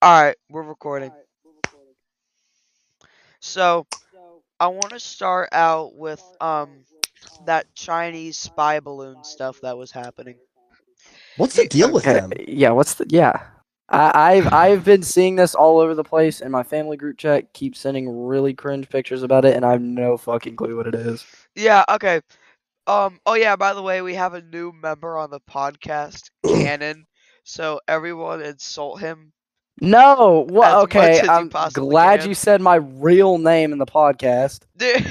All right, we're recording. So, I want to start out with um that Chinese spy balloon stuff that was happening. What's the deal with Okay, them? Yeah. What's the yeah? I, I've I've been seeing this all over the place, and my family group chat keeps sending really cringe pictures about it, and I have no fucking clue what it is. Yeah, okay. Um oh yeah, by the way, we have a new member on the podcast, Cannon. So, everyone insult him. No. As What? much Okay. as you I'm possibly glad can. you said my real name in the podcast. Dude.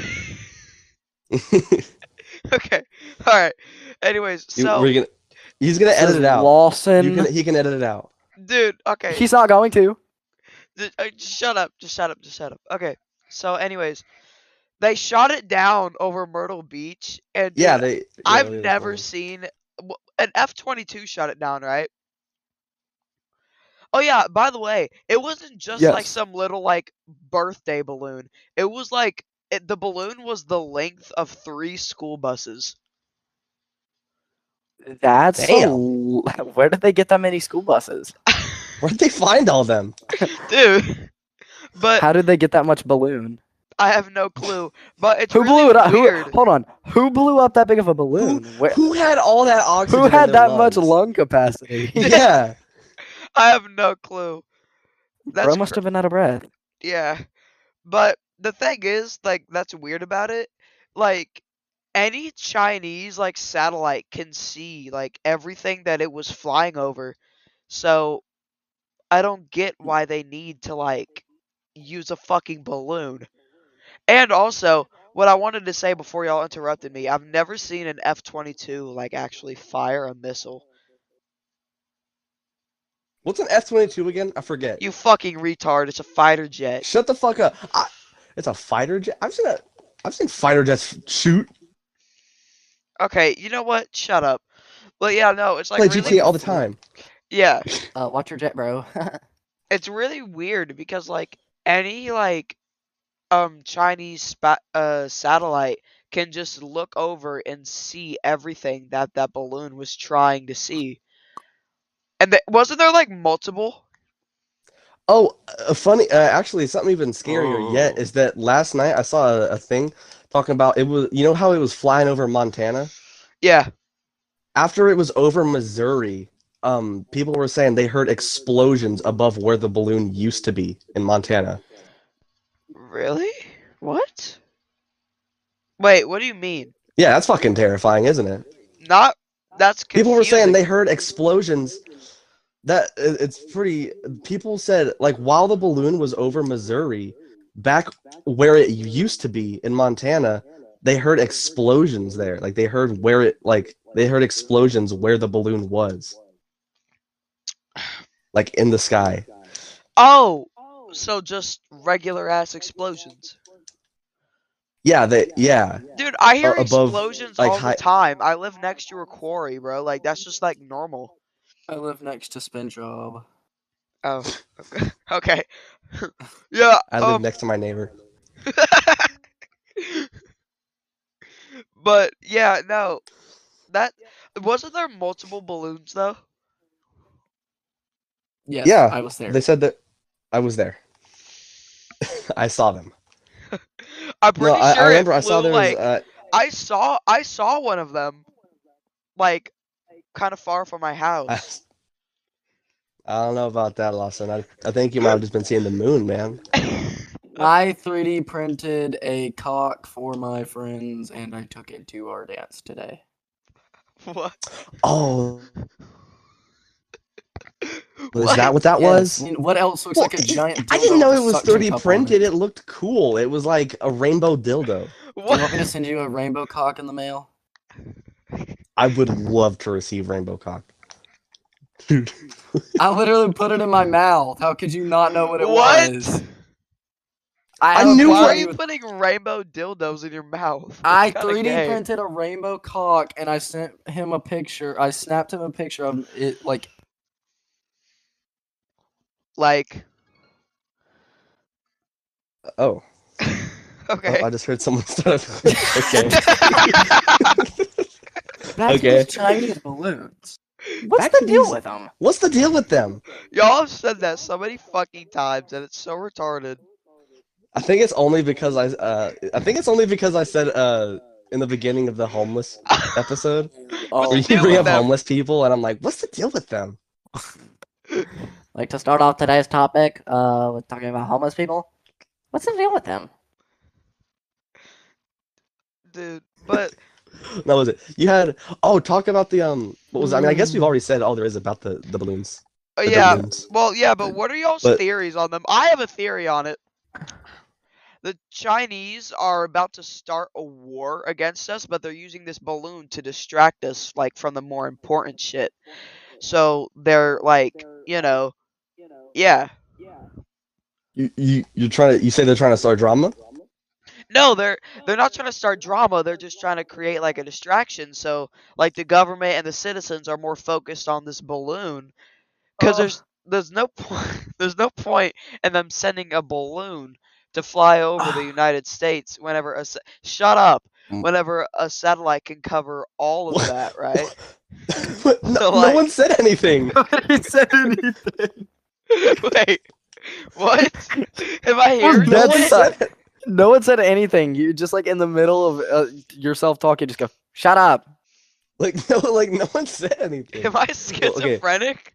okay. All right. Anyways, You- so we're gonna- he's gonna This edit is it out. You Lawson. can- he can edit it out. dude, okay. He's not going to. Th- uh, just shut up. Just shut up. Just shut up. Okay. So, anyways, they shot it down over Myrtle Beach, and Yeah, dude, they. yeah, I've they're never funny. seen w- an F twenty two shot it down, right? Oh yeah. By the way, it wasn't just like Yes. some little like birthday balloon. It was like it, the balloon was the length of three school buses. That's a Damn. l- where did they get that many school buses? Where'd they find all them? Dude. But How did they get that much balloon? I have no clue. But it's Who really blew it up? Who- weird. hold on. Who blew up that big of a balloon? Where- Who had all that Who, oxygen? in had their that much lungs? lung capacity? Yeah. I have no clue. That's Bro cr- must have been out of breath. Yeah. But the thing is, like, that's weird about it. Like, any Chinese, like, satellite can see, like, everything that it was flying over. So, I don't get why they need to, like, use a fucking balloon. And also, what I wanted to say before y'all interrupted me, I've never seen an F 22, like, actually fire a missile. What's an F twenty two again? I forget. You fucking retard, it's a fighter jet. Shut the fuck up. I, it's a fighter jet. I've seen a. I've seen fighter jets shoot. Okay, you know what? Shut up. But yeah, no, it's like play really- GTA all the time. Yeah. Uh, watch your jet, bro. it's really weird because like any like um Chinese spa- uh satellite can just look over and see everything that that balloon was trying to see. And th- wasn't there like multiple? Oh, uh, funny. Uh, actually, something even scarier yet Oh. is that last night I saw a, a thing talking about it was. You know how it was flying over Montana. Yeah. after it was over Missouri, um, people were saying they heard explosions above where the balloon used to be in Montana. Really? What? Wait, what do you mean? Yeah, that's fucking terrifying, isn't it? Not that's confusing. People were saying they heard explosions. That it- it's pretty. People said like while the balloon was over Missouri, back where it used to be in Montana, they heard explosions there. Like they heard where it like they heard explosions where the balloon was, like in the sky. Oh, so just regular ass explosions. Yeah, they yeah. Dude, I hear above, explosions like, all high- the time. I live next to a quarry, bro. Like that's just like normal. I live next to Spin Job. Oh, okay. okay. yeah. I live um, next to my neighbor. but yeah, no. That wasn't there multiple balloons though. Yes, Yeah, I was there. They said that I was there. I saw them. I'm No, pretty I, sure I remember it I saw flew, there was like uh, I saw I saw one of them, like kind of far from my house. I, uh, I don't know about that, Lawson. I, I think you might have just been seeing the moon, man. Oh. I 3D printed a cock for my friends, and I took it to our dance today. what? Oh, was What? that what that was? what else looks Well, like a giant? I didn't dildo know with it a was suction 3D cup on printed. It. It looked cool. It was like a rainbow dildo. Do you want me to What? send you a rainbow cock in the mail? I would love to receive rainbow cock. Dude, I literally put it in my mouth. How could you not know what it What? was? I have knew no Why are what idea you putting rainbow dildos in your mouth? I It's kinda 3D gay. printed a rainbow cock and I sent him a picture. I snapped him a picture of it like like. oh, okay. I just heard someone start. okay. that's Okay. Chinese balloons. What's Back the to deal these- with them? What's the deal with them? Y'all have said that so many fucking times, and it's so retarded. I think it's only because I uh, I think it's only because I said uh in the beginning of the homeless episode Oh, where the you deal bring with up them? homeless people and I'm like, what's the deal with them? Like to start off today's topic, uh, with talking about homeless people. What's the deal with them? Dude, but That was it. You had oh talk about the um what was I mean I guess we've already said all there is about the the balloons. uh, The yeah, balloons. well, yeah, but what are y'all's But- theories on them? I have a theory on it. The Chinese are about to start a war against us, but they're using this balloon to distract us, like from the more important shit. So they're like, you know, yeah, You you you're trying to you say they're trying to start drama? No, they're they're not trying to start drama. They're just trying to create like a distraction. So like the government and the citizens are more focused on this balloon because Ugh. there's there's no point there's no point in them sending a balloon to fly over the United States whenever a sa- shut up Mm. whenever a satellite can cover all of What- that, right? no, So, no like- one said anything. Nobody said anything. Wait, what? Am I hearing No one That's- it? said it. No one said anything. You just like in the middle of uh, yourself talking, just go, shut up. Like no like no one said anything. Am I Well, okay. schizophrenic?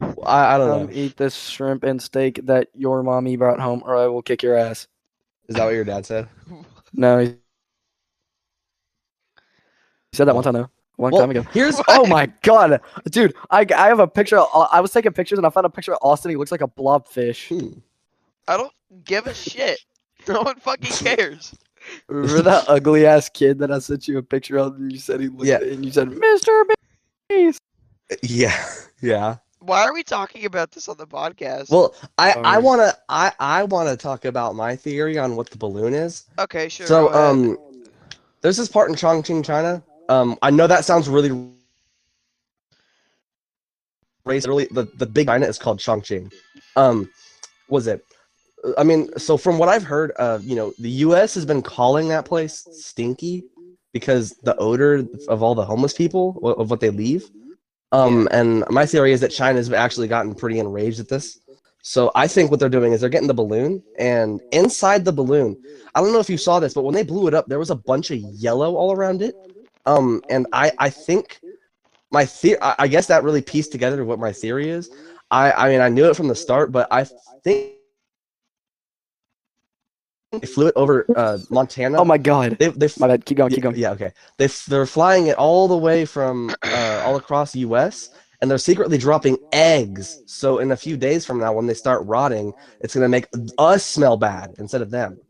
I, I don't Um, know. Come eat this shrimp and steak that your mommy brought home, or I will kick your ass. Is that what your dad said? No. He he said that one time though. One Well, time ago. Here's Oh my god, dude! I, I have a picture. of- I was taking pictures and I found a picture of Austin. He looks like a blobfish. Hmm. I don't give a shit. No one fucking cares. Remember that ugly ass kid that I sent you a picture of, and you said he looked. Yeah. And you said, Mister Beast. Yeah. Yeah. Why are we talking about this on the podcast? Well, I I Sorry. want to I I want to talk about my theory on what the balloon is. okay, sure. go so ahead. um there's this part in Chongqing, China. Um I know that sounds really racist. Really the the big China is called Chongqing. Um was it I mean, so from what I've heard, uh, you know, the U.S. has been calling that place stinky because the odor of all the homeless people wh- of what they leave. Um, and my theory is that China's actually gotten pretty enraged at this. So I think what they're doing is they're getting the balloon, and inside the balloon, I don't know if you saw this, but when they blew it up, there was a bunch of yellow all around it. Um, and I, I think my the- I I guess that really pieced together what my theory is. I, I mean, I knew it from the start, but I think they flew it over uh, Montana. Oh my god. They, they My bad. Keep going. Keep yeah, going. yeah, okay. They f- they're flying it all the way from uh, all across the U.S. and they're secretly dropping eggs. So in a few days from now, when they start rotting, it's gonna make us smell bad instead of them.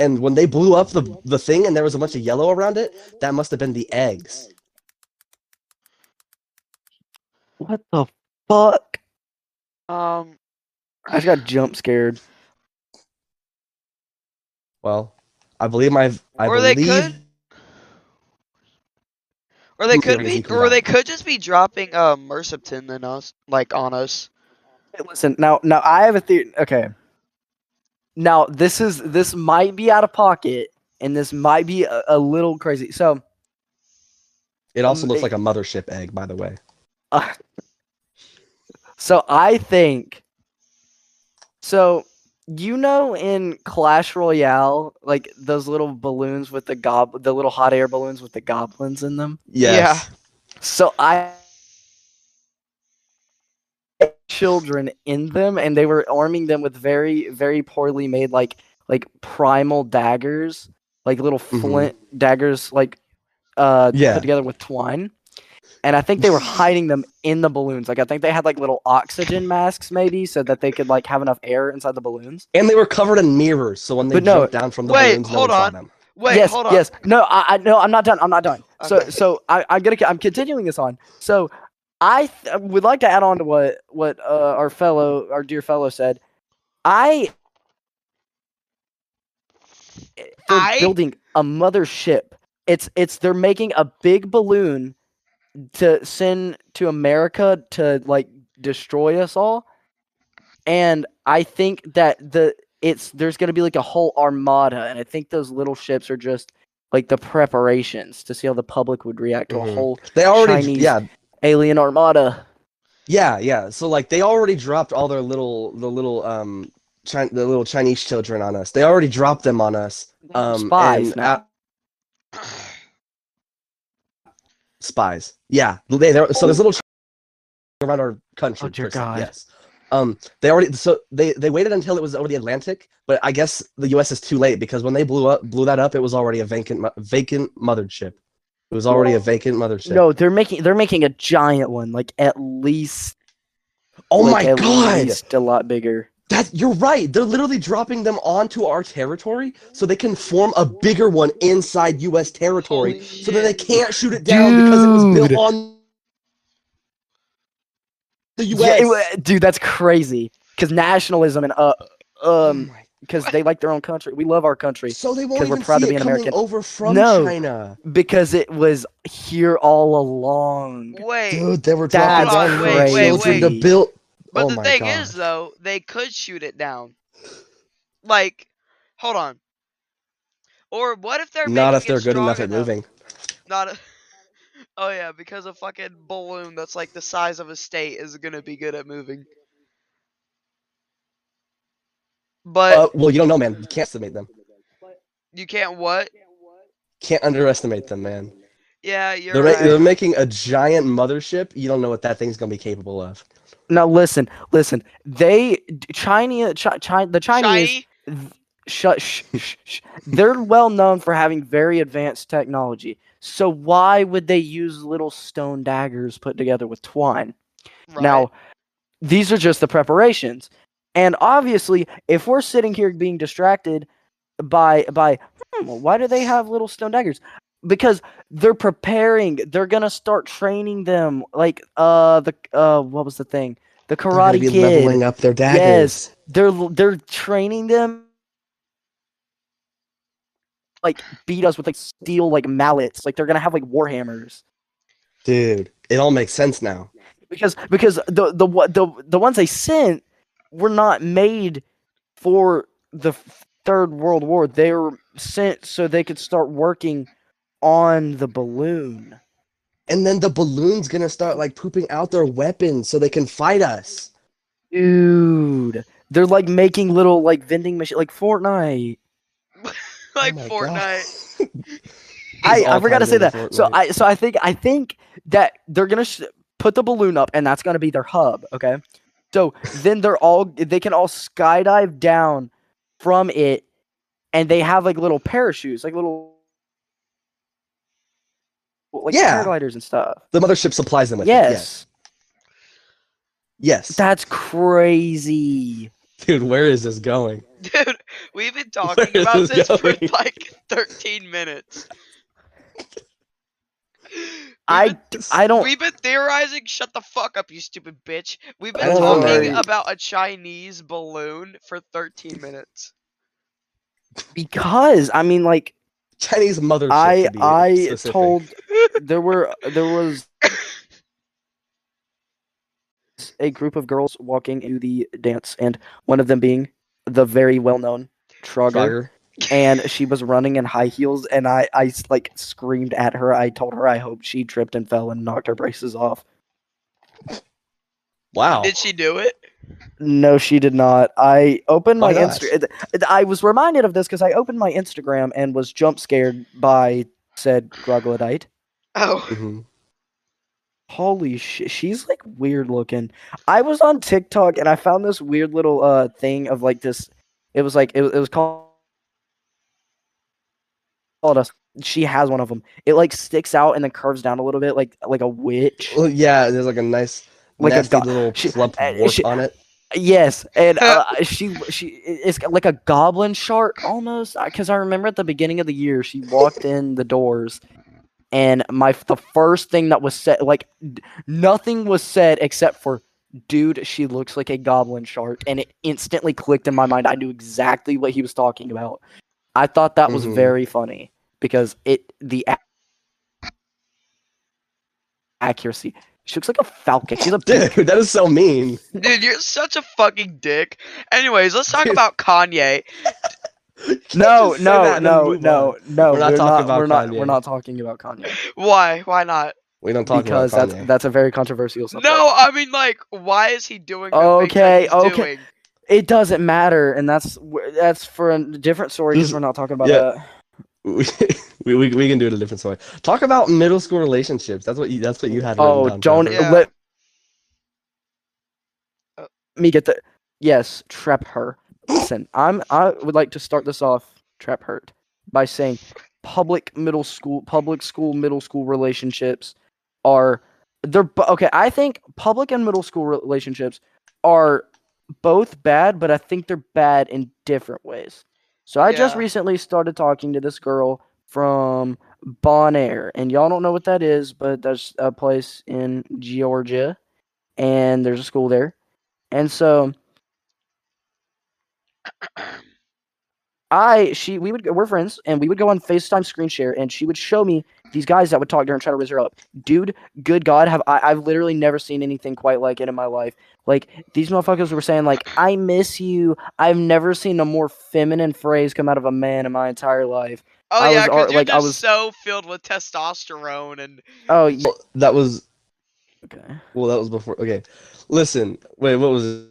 And when they blew up the the thing and there was a bunch of yellow around it, that must have been the eggs. What the fuck? um, I just got jump scared. Well, I believe my I Or they believe could- or they Mm, could yeah, be, you can or go. they could just be dropping uh Merceptin than us, like on us. Hey, Listen, now, now I have a theory. Okay. Now this is this might be out of pocket, and this might be a, a little crazy. So, it also um, looks they- like a mothership egg, by the way. uh, so I think. So you know, in Clash Royale, like those little balloons with the gob, the little hot air balloons with the goblins in them. Yes. So I children in them and they were arming them with very very poorly made like like primal daggers, like little Mhm. flint daggers like uh Yeah. put together with twine. And I think they were hiding them in the balloons. Like I think they had like little oxygen masks maybe so that they could like have enough air inside the balloons. And they were covered in mirrors, so when they But no- jumped down from the Wait, balloons, no hold one saw on. them. Wait, yes, hold on. yes. No, I, I no, I'm not done. I'm not done. Okay. So, so I, I'm gonna, I'm continuing this on. So, I th- would like to add on to what what uh, our fellow, our dear fellow said. I they're I- building a mothership. It's it's they're making a big balloon to send to America to like destroy us all. And I think that the it's there's gonna be like a whole armada, and I think those little ships are just like the preparations to see how the public would react to Mhm. a whole They already, Chinese yeah, Alien Armada. Yeah, yeah. So like they already dropped all their little the little um Chi- the little Chinese children on us. They already dropped them on us. Um, Spies and now. a- spies. Yeah. They, they're- so there's little Chi- around our country. Oh, dear per se, God. Yes. Um, they already so they they waited until it was over the Atlantic, but I guess the U.S. is too late because when they blew up blew that up, it was already a vacant mo- vacant mothership. It was already a vacant mothership. No, they're making they're making a giant one, like at least oh like, my at God! least a lot bigger. That you're right. They're literally dropping them onto our territory so they can form a bigger one inside U.S. territory, Holy so that they shit. can't shoot it down because it was built Dude. on the U.S. Yeah, it wa- dude, that's crazy. Because nationalism and uh, Oh um, my- because they like their own country. We love our country so they won't 'cause we're even proud to see be it an coming American. over from No. China, because it was here all along. Wait. dude. They were That's dropping on Wait, our wait, wait. children to build. But oh the my thing God. is, though, they could shoot it down. Like, hold on. Or what if they're not making if they're it good strong enough at moving. Not. A- oh yeah, because a fucking balloon that's like the size of a state is gonna be good at moving. But uh, well, you don't know, man. You can't estimate them. you can't what? Can't underestimate them, man. Yeah, you're They're, ma- right. they're making a giant mothership. You don't know what that thing's gonna be capable of. Now listen, listen. They China, Chi, Chi, the Chinese, Shiny? shut, sh, sh, sh, they're well known for having very advanced technology. So why would they use little stone daggers put together with twine? Right. Now, these are just the preparations. And obviously, if we're sitting here being distracted by by hmm, why do they have little stone daggers? Because they're preparing. They're gonna start training them. Like uh the uh what was the thing? The They're gonna Karate be Kid. leveling up their daggers. Yes. They're l- they're training them. Like beat us with like steel like mallets. Like they're gonna have like warhammers. dude. It all makes sense now. because because the the wa- the the ones they sent were not made for the f- third world war they were sent so they could start working on the balloon And then the balloon's gonna start like pooping out their weapons so they can fight us. dude they're like making little like vending machine like fortnite like Oh my Fortnite. God. I, He's I forgot to say all-time that. good at So Fortnite. I so I think I think that they're gonna sh- put the balloon up, and that's gonna be their hub. Okay, so then they're all they can all skydive down from it, and they have like little parachutes, like little like Yeah. paragliders and stuff. the mothership supplies them with it, Yes, Yes. Yes. that's crazy. Dude, where is this going? Dude, we've been talking is about this this for going? like 13 minutes. We've I been- I don't. We've been theorizing. Shut the fuck up, you stupid bitch. We've been I don't know, talking man. about a Chinese balloon for 13 minutes. Because I mean, like Chinese mothership. I to be I specific. told there were there was a group of girls walking into the dance, and one of them being the very well-known Trogger, Frogger. and she was running in high heels, and I I s- like screamed at her. I told her I hoped she tripped and fell and knocked her braces off. Wow. Did she do it? No, she did not. I opened Why my not? Instagram. I was reminded of this because I opened my Instagram and was jump scared by said Groglodite. Oh. Mhm. Holy shit, she's like weird looking. I was on TikTok and I found this weird little uh thing of like this. It was like it, was- it was called called us. She has one of them. It like sticks out and then curves down a little bit, like like a witch. Well, yeah, there's like a nice, Like a nasty go- little she- plump uh, wart she- on it. Yes, and uh, she she it's like a goblin shark almost. Because I remember at the beginning of the year, she walked in the doors, and my the first thing that was said, like d- nothing was said except for, "Dude, she looks like a goblin shark," and it instantly clicked in my mind. I knew exactly what he was talking about. I thought that was Mhm. very funny because it the ac- accuracy. She looks like a falcon. She's a big Dude, that is so mean. Dude, you're such a fucking dick. Anyways, let's talk Dude. about Kanye. You can't No, just say no, that and no, move on. no, no. We're not talking about we're not, we're Kanye. not talking about Kanye. Why? Why not? We don't talk because about that's Kanye. that's a very controversial subject. No, I mean like, why is he doing? The Okay, things that he's okay. Doing? it doesn't matter, and that's wh- that's for a different story because This- we're not talking about yeah. that. we, we, we we can do it a different way. Talk about middle school relationships. That's what you that's what you had. written Oh, down, don't Patrick. Yeah. let Uh. me get the yes. Trap her. Listen, I'm I would like to start this off. Trap hurt by saying public middle school public school middle school relationships are they're bo- okay. I think public and middle school relationships are both bad, but I think they're bad in different ways. So I just Yeah. recently started talking to this girl from Bonaire, and y'all don't know what that is, but that's a place in Georgia, and there's a school there, and so I she we would go, we're friends, and we would go on Facetime screen share, and she would show me these guys that would talk to her and try to raise her up. Dude, good God, have I I've literally never seen anything quite like it in my life. Like these motherfuckers were saying like I miss you. I've never seen a more feminine phrase come out of a man in my entire life. Oh I yeah, was because al- you're like, I just was- so filled with testosterone and Oh, yeah. That was okay. well. That was before. Okay, listen. Wait, what was? it?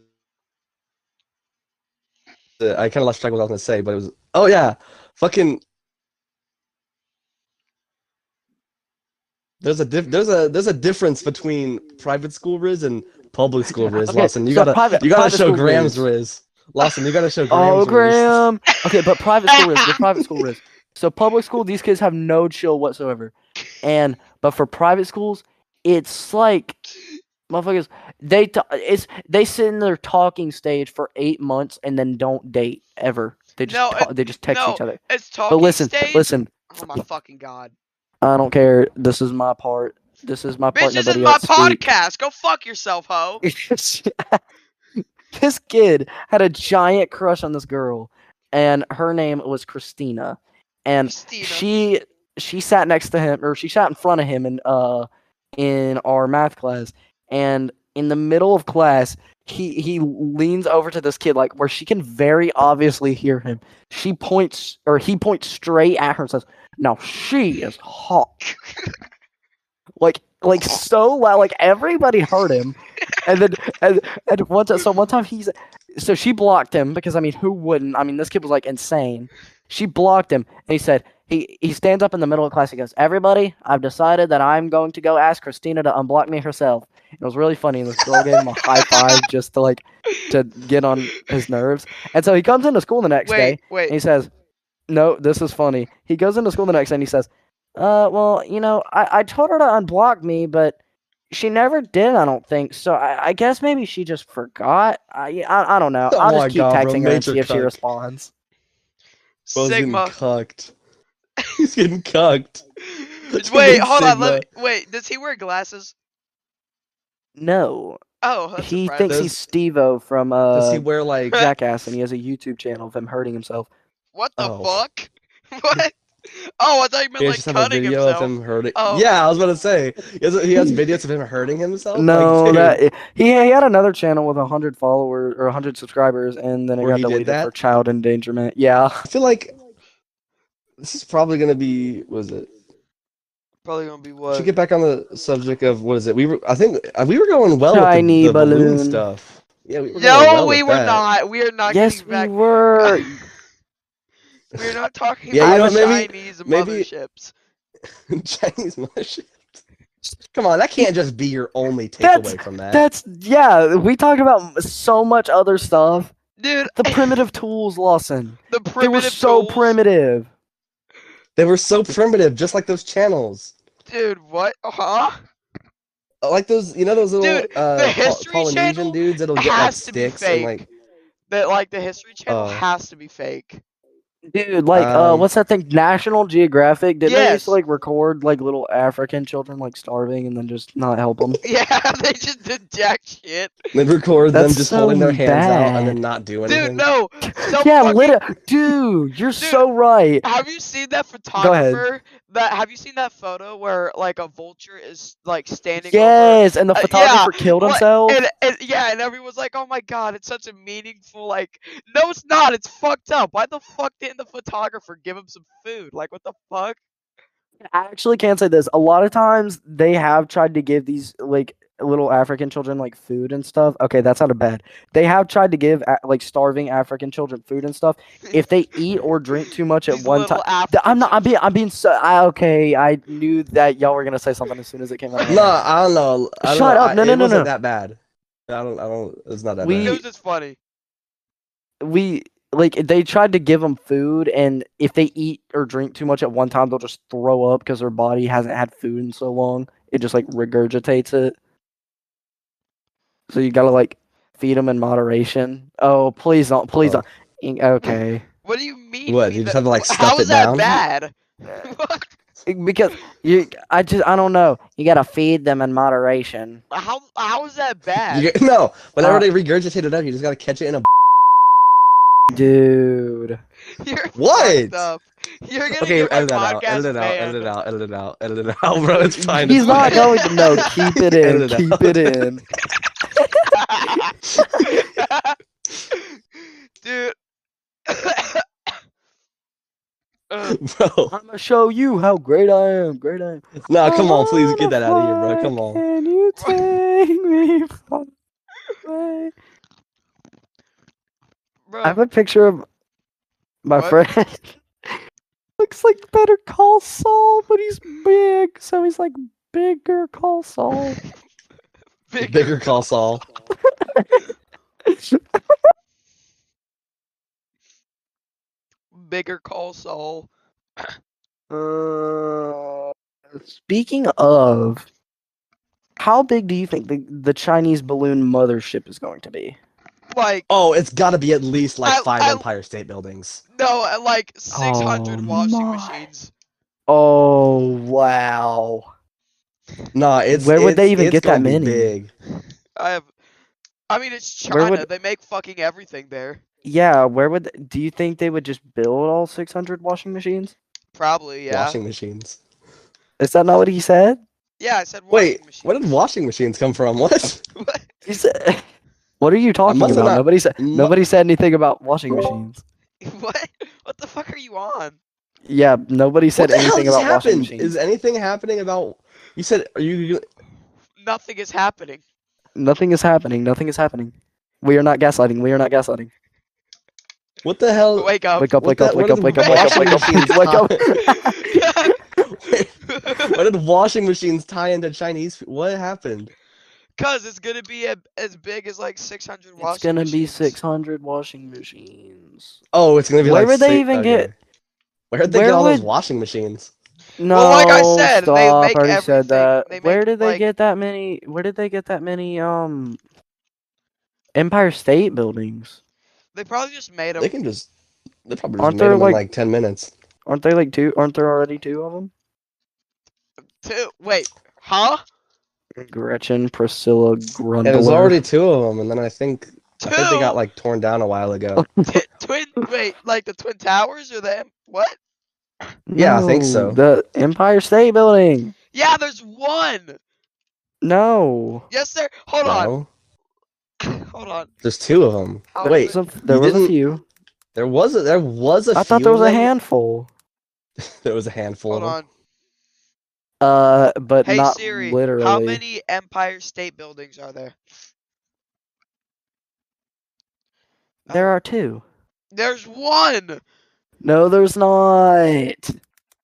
Uh, I kind of lost track of what I was gonna say, but it was. Oh yeah, fucking. There's a diff- there's a there's a difference between private school riz and public school riz, Okay, Lawson. You so gotta private- you gotta private show school Graham's riz. riz. Lawson. You gotta show Graham's Oh, riz. Graham. Okay, but private school risk. The private school risk. So public school, these kids have no chill whatsoever, and but for private schools, it's like motherfuckers. They t- it's they sit in their talking stage for eight months and then don't date ever. They just No, ta- it- they just text no, each other. it's talking But listen, stage. listen. Oh my fucking god! I don't care. This is my part. This is my part. Bitch, this is Nobody my else speak. podcast. Go fuck yourself, hoe. this kid had a giant crush on this girl, and her name was Christina. And Christina. she she sat next to him or she sat in front of him in uh in our math class and in the middle of class he he leans over to this kid like where she can very obviously hear him she points or he points straight at her and says now she is hot like like so loud like everybody heard him and then and, and one time so one time he's so she blocked him because i mean who wouldn't i mean this kid was like insane she blocked him and he said he he stands up in the middle of class he goes everybody i've decided that i'm going to go ask christina to unblock me herself it was really funny and this girl gave him a high five just to like to get on his nerves and so he comes into school the next day wait, wait. and he says, No, this is funny. He goes into school the next day and he says, Uh, well, you know, I, I told her to unblock me, but she never did, I don't think. So I, I guess maybe she just forgot. I, I, I don't know. Oh I'll my just keep God, bro, texting her and major see if she cuck. responds. Bro's getting Sigma. cucked. He's getting cucked. It's Wait, fucking hold on. Let me, wait, does he wear glasses? No, Oh, that's he surprising. thinks Does- he's Stevo from Does uh, he wear like? Jackass, and he has a YouTube channel of him hurting himself. What the Oh. fuck? What? Oh, I thought you meant He like just have a cutting video himself. of him hurting. Oh. Yeah, I was about to say he has, he has videos of him hurting himself. No, like, dude, that he, he had another channel with hundred followers or hundred subscribers, and then it Where got he did deleted that? for child endangerment. Yeah. I feel like this is probably gonna be. Was it? Probably gonna be Should what? Should get back on the subject of what is it? We were. I think uh, we were going well Tiny with the, the balloon. balloon. stuff. Yeah, we were no, going well we with were that. not. We are not yes, getting back. we were. We're not talking Yeah, you about know, maybe- Chinese maybe- motherships. Chinese mothership. Come on, that can't just be your only That's- takeaway from Uh, that. That's yeah. We talked about so much other stuff. Dude, The primitive tools, Lawson. the They primitive were so tools- primitive. They were so primitive, just like those channels, Dude, what? Huh? like those you know those little Dude, uh, the Pol- History Channel Polynesian dudes that'll get like has to be sticks and fake. like That like the History Channel Oh. has to be fake. Dude, like uh Um, what's that thing? National Geographic. Didn't they used Yes. to like record like little African children like starving and then just not help them? Yeah, they just did jack shit. They record them That's just so holding their hands out and then bad. not do anything. Dude, no. Some yeah, fucking- lit Dude, you're so right. Have you seen that ahead. photographer? That have you seen that photo where like a vulture is like standing over? Yes, and the Uh, yeah, photographer killed what- himself. And, and yeah, and everyone's like, "Oh my god, it's such a meaningful like." No, it's not. It's fucked up. Why the fuck didn't the photographer give him some food? Like, what the fuck? I actually can say this. A lot of times they have tried to give these like little African children like food and stuff. Okay, that's not a bad. They have tried to give a- like starving African children food and stuff. If they eat or drink too much at These one little time, African I'm not. I'm children. being. I'm being so. I, okay, I knew that y'all were gonna say something as soon as it came out. No, I don't know. I don't Shut know. up. I- No, no, it no, wasn't no. that bad. I don't. I don't. It's not that We- It bad. was just funny. we like they tried to give them food and if they eat or drink too much at one time they'll just throw up because their body hasn't had food in so long it just like regurgitates it so you gotta like feed them in moderation oh please don't please Oh. don't Ing- okay What do you mean? What, we you just the- have to, like, wh- stuff how it is that down? bad? because you i just i don't know you gotta feed them in moderation how how is that bad? You- no, whenever Uh, they regurgitate it up, you just gotta catch it in a. dude You're fucked What? up. You're gonna Okay, get my edit it out. podcast Edit it out. banned. Edit it out. Edit it out. Edit it out, bro. It's fine. he's it's not fine. going to no keep it in Edit it keep out. it in Dude. Ugh, bro. i'm gonna show you how great i am great i am No, come on, please get that out of here, bro. Come on. Can you take me from away? bro, I have a picture of my What? friend. Looks like Better Call Saul, but he's big, so he's like bigger Call Saul. big- Bigger call Saul. bigger call Saul. Uh, speaking of, how big do you think the, the Chinese balloon mothership is going to be? Like Oh, it's gotta be at least like I- five I- Empire State Buildings. no, like 600 Oh washing my. machines. Oh wow! Nah, it's Where would it's- they even it's get that gonna be many? Big. I have I mean it's China. Where would- They make fucking everything there. Yeah, where would th- do you think they would just build all six hundred washing machines? Probably, yeah. Washing machines. Is that not what he said? Yeah, I said washing Wait, machine. where did washing machines come from? What? What? He said, "What are you talking must about?" have not- Nobody said. Mu- Nobody said anything about washing machines. What? What the fuck are you on? Yeah, nobody what said the hell anything just about washing happened? machines. Is anything happening about? You said are you? Nothing is happening. Nothing is happening. Nothing is happening. We are not gaslighting. We are not gaslighting. What the hell? Wake up. Wake Uh, what up! Wake the- up! what Wake are up! the Wake up! Wake up! Wake up! washing Wake up! Wake up! Why did washing machines tie into Chinese? f- What happened? Cause it's gonna be a, as big as like 600 washing It's gonna be machines. six hundred washing machines. Oh, it's gonna be Where like. would they si- even okay. get- Where did they where get all those would- washing machines? No, like I said, they stop. make I already everything- said that. they where make, did they like- get that many? Where did they get that many? Um, Empire State buildings. They probably just made them. They can just. They probably just Aren't made there, them like- in like ten minutes. Aren't they like two? Aren't there already two of them? Two. Wait, huh? Gretchen, Priscilla, Grundler. And there's already two of them, and then I think Two. I think they got like torn down a while ago. T- twin. Wait, like the twin towers or the what? yeah, I think No, so. The Empire State Building. Yeah, there's one. No. Yes, there. Hold No, on. Hold on. there's two of them. How Wait, So there was a didn't- few. There was a there was a. I thought few there was of a them. handful. There was a handful. Hold of 'em. on. Uh, but Hey not Siri, literally. how many Empire State Buildings are there? There are two. There's one. No, there's not.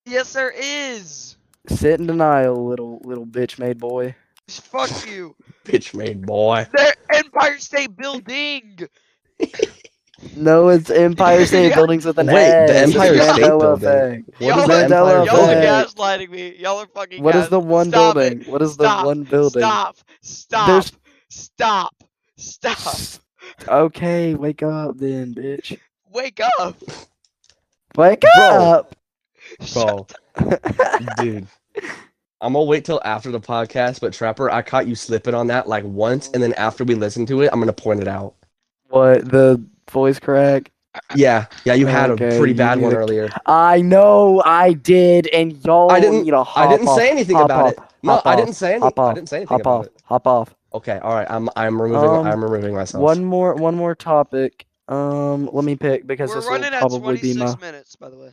Yes, there is. Sit and denial, little little bitch made boy. Fuck you. Bitch made boy. They're Empire State Building. No, it's Empire State Yeah. Buildings with an Wait, the S. It's Empire Mandela State Building. effect. What Y'all is are- the Empire y'all Y'all are Building? gas- gaslighting me. Y'all are fucking. What gas- is the one Stop building? It. What is the Stop. one building? Stop. Stop. There's- Stop. Stop. Okay, wake up then, bitch. Wake up. Wake Bro. up. Shut- Bro, dude. I'm gonna wait till after the podcast, but Trapper, I caught you slipping on that like once, and then after we listen to it, I'm gonna point it out. What the voice crack? Yeah, yeah, you had Okay, a pretty you bad one need to- earlier. I know I did, and y'all I didn't- need to I hop didn't off, say anything hop about off, it. No, hop I off, didn't say anything. hop I off, didn't say anything hop about off, it. hop off. Okay, all right, I'm I'm removing Um, I'm removing myself. One more, one more topic. Um, let me pick because We're this running will at probably 26 be my. minutes, by the way.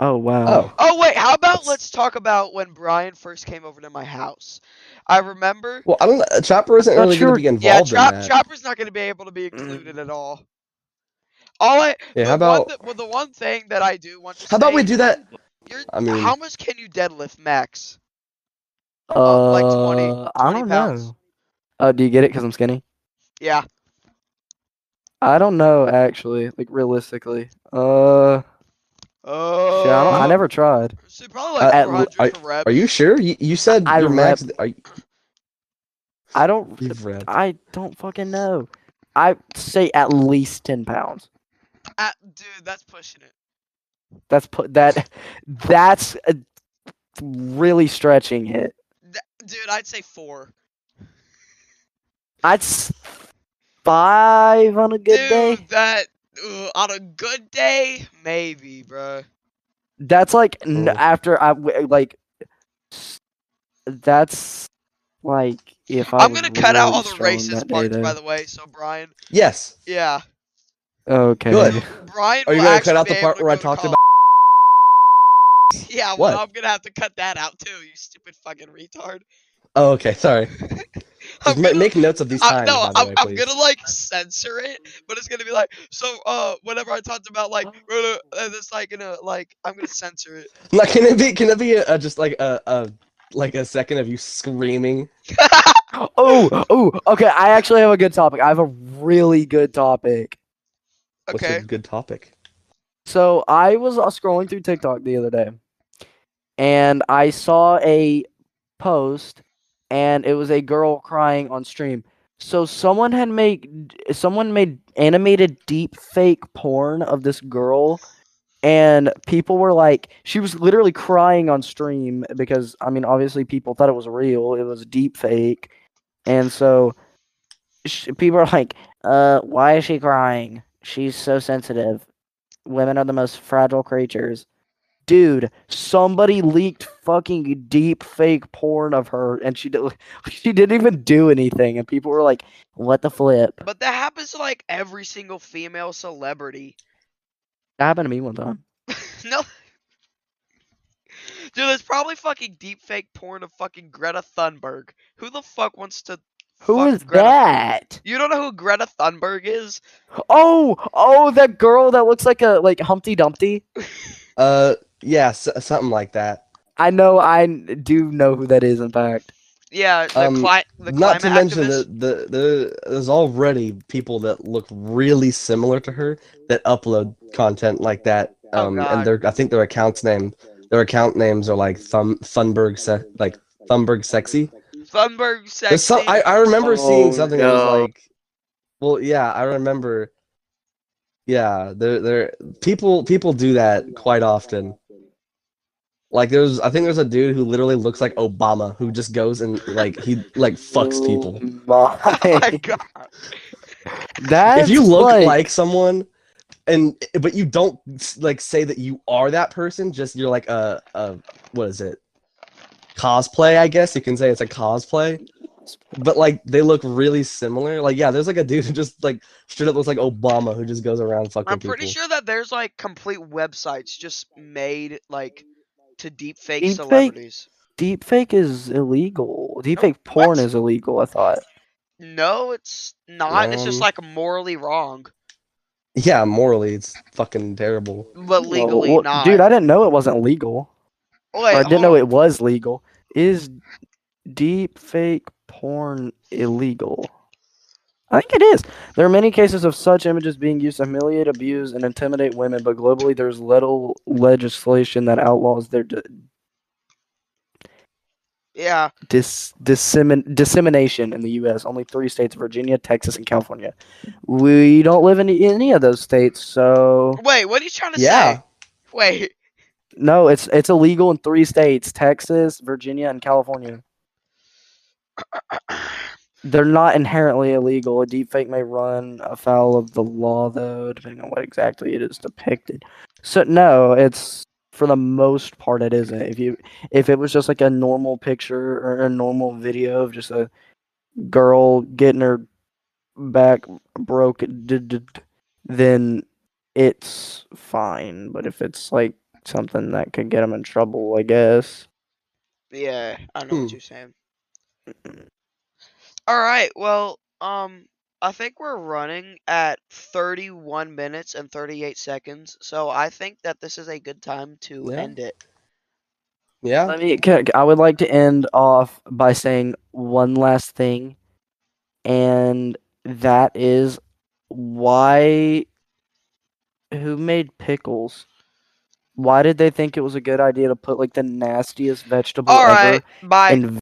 Oh wow. Oh, Oh wait, how about That's- let's talk about when Brian first came over to my house? I remember. well, I don't. know. Chopper isn't I thought really you going were- to be involved Yeah, Chop, in that. Chopper's not going to be able to be included at all. All I the yeah, how about one that, well, the one thing that I do want to how about we say, do that? you're- I mean- how much can you deadlift max? Oh. Uh, Oh, like 20 I 20 don't pounds. know. Oh, do you get it? Cause I'm skinny. Yeah, I don't know actually. Like realistically. Uh, oh, shit, I, don't, I never tried. So probably like Uh, at- 400 for reps. Are you sure? You, you said I your max. Are, you- I don't. you've read. I don't fucking know. I say at least ten pounds. Ah, dude, that's pushing it. That's put that. That's a really stretching it. Th- dude, I'd say four. I'd s- five on a good dude, day. that ugh, on a good day, maybe, bruh. That's like n- Oh. after I w- like. s- That's like if I I'm was gonna cut out really all the strong racist that day, parts, though. by the way. So Brian, Yes. yeah, Okay. Good. Brian. Are you will gonna actually cut out be the able part to where I go to talked college. about? Yeah, What? well, I'm gonna have to cut that out too. You stupid fucking retard. Oh, okay. Sorry. Just I'm ma- gonna- make notes of these I- times. no, by the I'm, way, I'm please. gonna like censor it, but it's gonna be like so. Uh, whenever I talked about Oh. like, uh, and it's like gonna like, I'm gonna censor it. Like, can it be? Can it be a, a- just like a, a like a second of you screaming? Oh, oh, okay. I actually have a good topic. I have a really good topic. What's a Okay, good topic? So I was uh, scrolling through TikTok the other day, and I saw a post, and it was a girl crying on stream. So someone had made someone made animated deep fake porn of this girl, and people were like, she was literally crying on stream because I mean, obviously people thought it was real. It was deep fake, and so sh- people are like, uh, why is she crying? She's so sensitive women are the most fragile creatures. Dude, somebody leaked fucking deep fake porn of her, and she did, she didn't even do anything, and people were like, "What the flip?" but that happens to like every single female celebrity. That happened to me one time. no. Dude, there's probably fucking deep fake porn of fucking Greta Thunberg. Who the fuck wants to Who fuck is Greta? that? You don't know who Greta Thunberg is? Oh, oh, that girl that looks like a like Humpty Dumpty. Uh, yeah, s- something like that. I know, I n- do know who that is. In fact, Yeah, the, Um, cli- the Not climate to mention activist. that the, the there's already people that look really similar to her that upload content like that. Oh, Um, God. and their I think their accounts name their account names are like Thumb Thunberg se- like Thunberg sexy. Thunberg sexy. There's some, I I remember seeing Oh, something that no. was like, well, yeah, I remember. Yeah, there there people people do that quite often. Like there's, I think there's a dude who literally looks like Obama, who just goes and like he like fucks people. oh my My. god. That's if you look like, like someone, and but you don't like say that you are that person, just you're like a a what is it? Cosplay, I guess you can say it's a cosplay. But like they look really similar. Like yeah, there's like a dude who just like straight up looks like Obama who just goes around fucking I'm people. pretty sure that there's like complete websites just made like to deep fake Deepfake? celebrities. deep fake is illegal. Deep fake porn What? is illegal. I thought. No, it's not. It's just Um, like morally wrong, Yeah, morally it's fucking terrible. but Well, legally well, not. Dude, I didn't know it wasn't legal. Wait, or I hold didn't know on. it was legal. Is deep fake porn illegal? I think it is. There are many cases of such images being used to humiliate, abuse, and intimidate women, but globally there's little legislation that outlaws their di- Yeah. dis- dissemin- dissemination in the U.S. Only three states Virginia, Texas, and California. We don't live in any of those states, so. Wait, what are you trying to Yeah. say? Wait. No, it's it's illegal in three states: Texas, Virginia, and California. They're not inherently illegal. A deepfake may run afoul of the law, though, depending on what exactly it is depicted. So no, it's for the most part it isn't. If you if it was just like a normal picture or a normal video of just a girl getting her back broke, d- d- d- then it's fine. But if it's like something that could get him in trouble, I guess. Yeah, I know what Hmm. you're saying. All right, well, um, I think we're running at 31 minutes and 38 seconds, so I think that this is a good time to Yeah. end it. Yeah. Let me. ca- I would like to end off by saying one last thing, and that is why. Who made pickles? Why did they think it was a good idea to put like the nastiest vegetable All ever right, bye. in